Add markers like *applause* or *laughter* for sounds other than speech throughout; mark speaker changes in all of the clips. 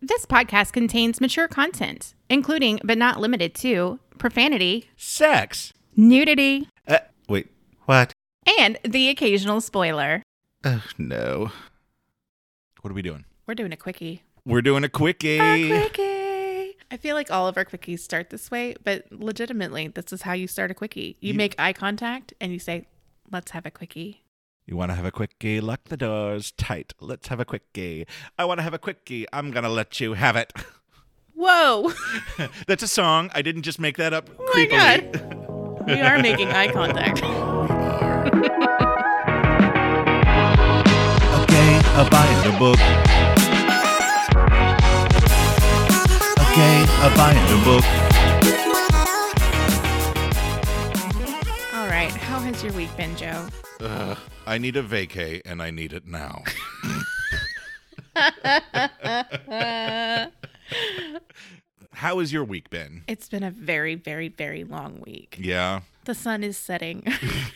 Speaker 1: This podcast contains mature content, including but not limited to profanity,
Speaker 2: Sex.
Speaker 1: nudity,
Speaker 2: Uh, wait, what?
Speaker 1: and the occasional spoiler.
Speaker 2: Oh, no. What are we doing?
Speaker 1: We're doing a quickie.
Speaker 2: We're doing a quickie.
Speaker 1: A quickie. I feel like all of our quickies start this way, but legitimately, this is how you start a quickie. You
Speaker 2: You-
Speaker 1: make eye contact and you say, "Let's have a quickie."
Speaker 2: You want to have a quickie? Lock the doors tight. Let's have a quickie. I want to have a quickie. I'm going to let you have it. *laughs*
Speaker 1: Whoa. *laughs* Oh
Speaker 2: That's a song. I didn't just make that up. Oh
Speaker 1: my God. we are making eye contact. *laughs*
Speaker 2: Okay, a binder book. Okay, a binder book.
Speaker 1: All right. How has your week been, Joe?
Speaker 2: Ugh, I need a vacay and I need it now. How has your week been?
Speaker 1: It's been a very, very, very long week.
Speaker 2: Yeah.
Speaker 1: The sun is setting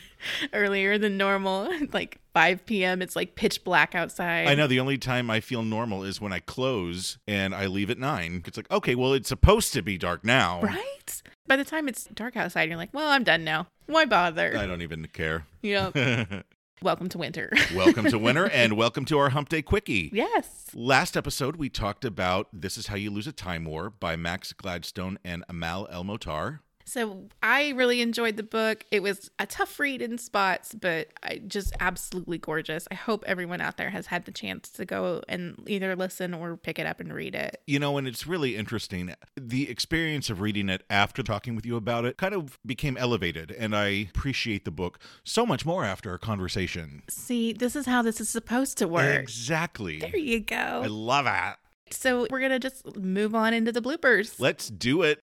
Speaker 1: *laughs* earlier than normal, *laughs* like 5 p.m. It's like pitch black outside.
Speaker 2: I know the only time I feel normal is when I close and I leave at nine. It's like, okay, well, it's supposed to be dark now.
Speaker 1: Right? By the time it's dark outside, you're like, well, I'm done now. Why *laughs*
Speaker 2: I
Speaker 1: bother?
Speaker 2: don't even care.
Speaker 1: Yep.
Speaker 2: *laughs*
Speaker 1: Welcome to winter. *laughs*
Speaker 2: welcome to winter and welcome to our hump day quickie.
Speaker 1: yes.
Speaker 2: Last episode, we talked about This Is How You Lose a Time War by Max Gladstone and Amal El Motar.
Speaker 1: So I really enjoyed the book. It was a tough read in spots, but I just absolutely gorgeous. I hope everyone out there has had the chance to go and either listen or pick it up and read it.
Speaker 2: You know, and it's really interesting. The experience of reading it after talking with you about it kind of became elevated, and I appreciate the book so much more after our conversation.
Speaker 1: See, this is how this is supposed to work.
Speaker 2: Exactly.
Speaker 1: There you go.
Speaker 2: I love it.
Speaker 1: So we're gonna just move on into the bloopers.
Speaker 2: Let's do it.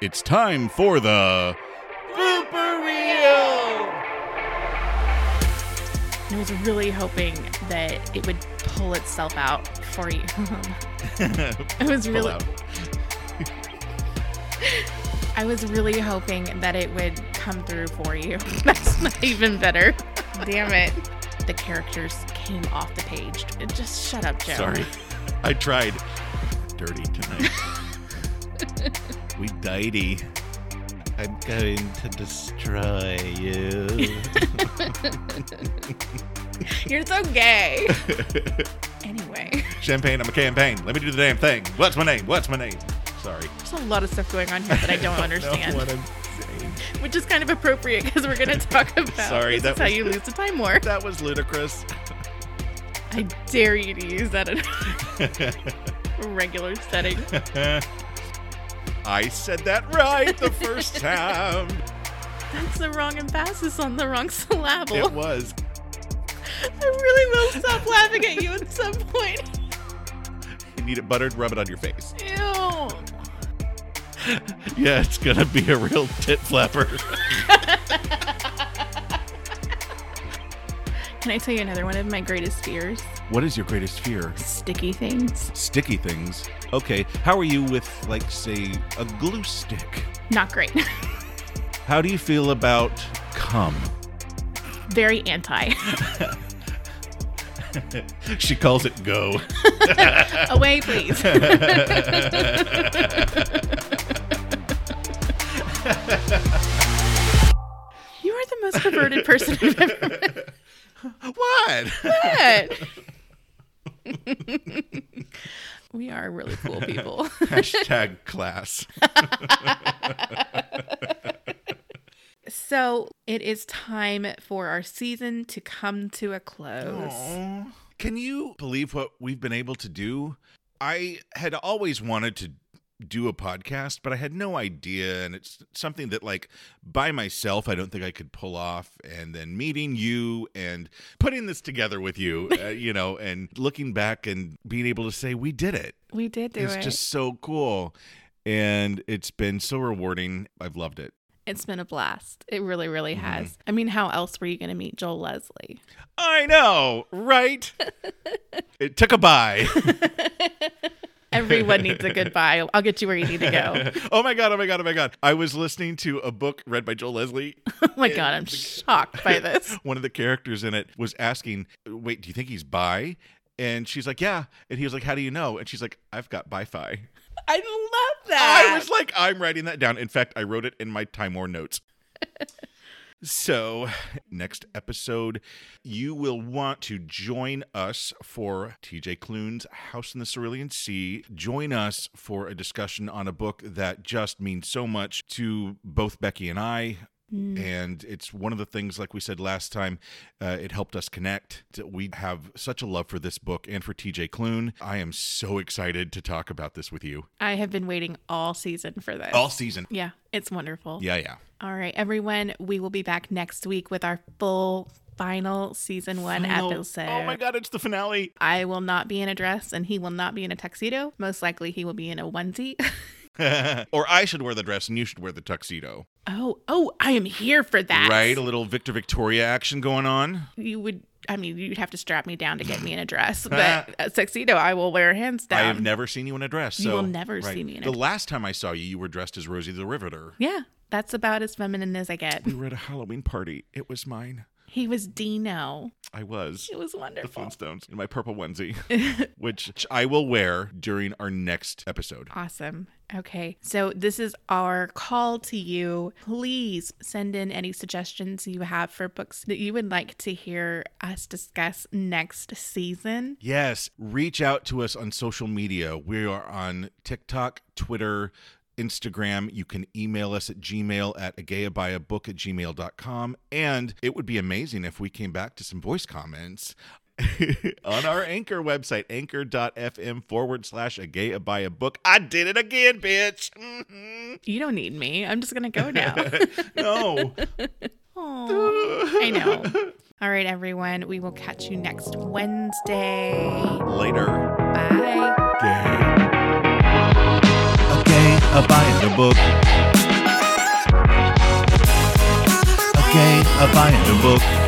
Speaker 2: It's time for the blooper reel.
Speaker 1: I was really hoping that it would pull itself out for you. *laughs* I was
Speaker 2: Pull
Speaker 1: really,
Speaker 2: out.
Speaker 1: I was really hoping that it would come through for you. *laughs* That's not even
Speaker 2: *laughs*
Speaker 1: better. Damn it. The characters came off the page. Just shut up, Joe.
Speaker 2: Sorry, I tried. Dirty tonight. *laughs* we dirty. I'm going to destroy you.
Speaker 1: *laughs* You're so
Speaker 2: *laughs*
Speaker 1: gay. anyway,
Speaker 2: Champagne, I'm a campaign. Let me do the damn thing. What's my name? What's my name? Sorry.
Speaker 1: there's a lot of stuff going on here
Speaker 2: *laughs*
Speaker 1: that I don't understand.
Speaker 2: what I'm saying.
Speaker 1: which is kind of appropriate because we're
Speaker 2: *laughs*
Speaker 1: going to talk about
Speaker 2: Sorry,
Speaker 1: this
Speaker 2: that
Speaker 1: is how
Speaker 2: was-
Speaker 1: you lose the time war.
Speaker 2: That was ludicrous. *laughs*
Speaker 1: I dare you to use that in a regular setting.
Speaker 2: I said that right the
Speaker 1: *laughs*
Speaker 2: first time.
Speaker 1: That's the wrong emphasis on the wrong *laughs*
Speaker 2: It
Speaker 1: syllable.
Speaker 2: was.
Speaker 1: I really will stop laughing at you at some point.
Speaker 2: You need it buttered, rub it on your face.
Speaker 1: Ew.
Speaker 2: Yeah, it's gonna be a real tit flapper. *laughs*
Speaker 1: Can I tell you another one of my greatest fears?
Speaker 2: What is your greatest fear?
Speaker 1: Sticky things.
Speaker 2: Sticky things. Okay, how are you with, like, say, a glue stick?
Speaker 1: Not great. *laughs*
Speaker 2: How do you feel about cum?
Speaker 1: Very anti.
Speaker 2: She calls it go. *laughs*
Speaker 1: Away, please. you are the most perverted person I've ever
Speaker 2: What?
Speaker 1: met. *laughs* we are really cool people.
Speaker 2: *laughs* Hashtag class.
Speaker 1: so it is time for our season to come to a close.
Speaker 2: Can you believe what we've been able to do? I had always wanted to do a podcast, but I had no idea. And it's something that, like, by myself, I don't think I could pull off. And then meeting you and putting this together
Speaker 1: *laughs*
Speaker 2: with you, uh, you know, and looking back and being able to say, we did it.
Speaker 1: We did do
Speaker 2: it's
Speaker 1: it.
Speaker 2: just so cool. And it's been so rewarding. I've loved it.
Speaker 1: It's been a blast. It really, really
Speaker 2: Mm-hmm.
Speaker 1: has. I mean, how else were you going to meet Joel Leslie?
Speaker 2: I know,
Speaker 1: *laughs*
Speaker 2: right? it took a bye.
Speaker 1: Everyone needs a goodbye. I'll get you where you need to
Speaker 2: *laughs*
Speaker 1: go.
Speaker 2: oh my god! Oh my god! Oh my god! I was listening to a book read by Joel Leslie.
Speaker 1: Oh my God, I'm shocked *laughs* by this.
Speaker 2: *laughs* One of the characters in it was asking, "Wait, do you think he's bi?" And she's like, yeah. And he was like, how do you know? And she's like, I've got Bi-Fi.
Speaker 1: I love that.
Speaker 2: I was like, I'm writing that down. In fact, I wrote it in my Time War notes. so, next episode, you will want to join us for TJ Klune's House in the Cerulean Sea. Join us for a discussion on a book that just means so much to both Becky and I.
Speaker 1: Mm,
Speaker 2: And it's one of the things, like we said last time, uh, it helped us connect. We have such a love for this book and for TJ Klune. I am so excited to talk about this with you
Speaker 1: I have been waiting all season for this.
Speaker 2: all season.
Speaker 1: Yeah, it's wonderful.
Speaker 2: Oh. Yeah, yeah.
Speaker 1: All right, everyone, we will be back next week with our full final season one
Speaker 2: Final-
Speaker 1: episode.
Speaker 2: Oh my god, it's the finale. *laughs*
Speaker 1: I will not be in a dress and he will not be in a tuxedo. Most likely he will be in a onesie. *laughs*
Speaker 2: or I should wear the dress and you should wear the tuxedo.
Speaker 1: oh, oh, I am here for that.
Speaker 2: Right? A little Victor Victoria action going on.
Speaker 1: You would I mean, you'd have to strap me down to get me in a dress,
Speaker 2: *laughs*
Speaker 1: but a tuxedo I will wear hands down.
Speaker 2: I have never seen you in a dress.
Speaker 1: um, You
Speaker 2: so-
Speaker 1: will never see me in a
Speaker 2: The last time I saw you, you were dressed as Rosie the Riveter.
Speaker 1: yeah, that's about as feminine as I get.
Speaker 2: We were at a Halloween party. It was mine.
Speaker 1: He was Dino.
Speaker 2: I was.
Speaker 1: It was
Speaker 2: The
Speaker 1: wonderful.
Speaker 2: Flintstones in my
Speaker 1: *laughs*
Speaker 2: purple onesie, which I will wear during our next episode.
Speaker 1: Awesome. Okay. So this is our call to you. Please send in any suggestions you have for books that you would like to hear us discuss next season.
Speaker 2: Yes, reach out to us on social media. We are on TikTok, Twitter, Instagram. You can email us at gmail at agayabayabook at gmail.com. And it would be amazing if we came back to some voice comments. *laughs* on our anchor website, anchor.fm forward slash a gay abaya book. I did it again, bitch. Mhm.
Speaker 1: You don't need me. I'm just going to go now.
Speaker 2: Mm-hmm. *laughs* no.
Speaker 1: Aw. I know. All right, everyone. We will catch you next Wednesday.
Speaker 2: Later.
Speaker 1: Bye.
Speaker 2: Gay. A gay abaya book. A gay abaya book.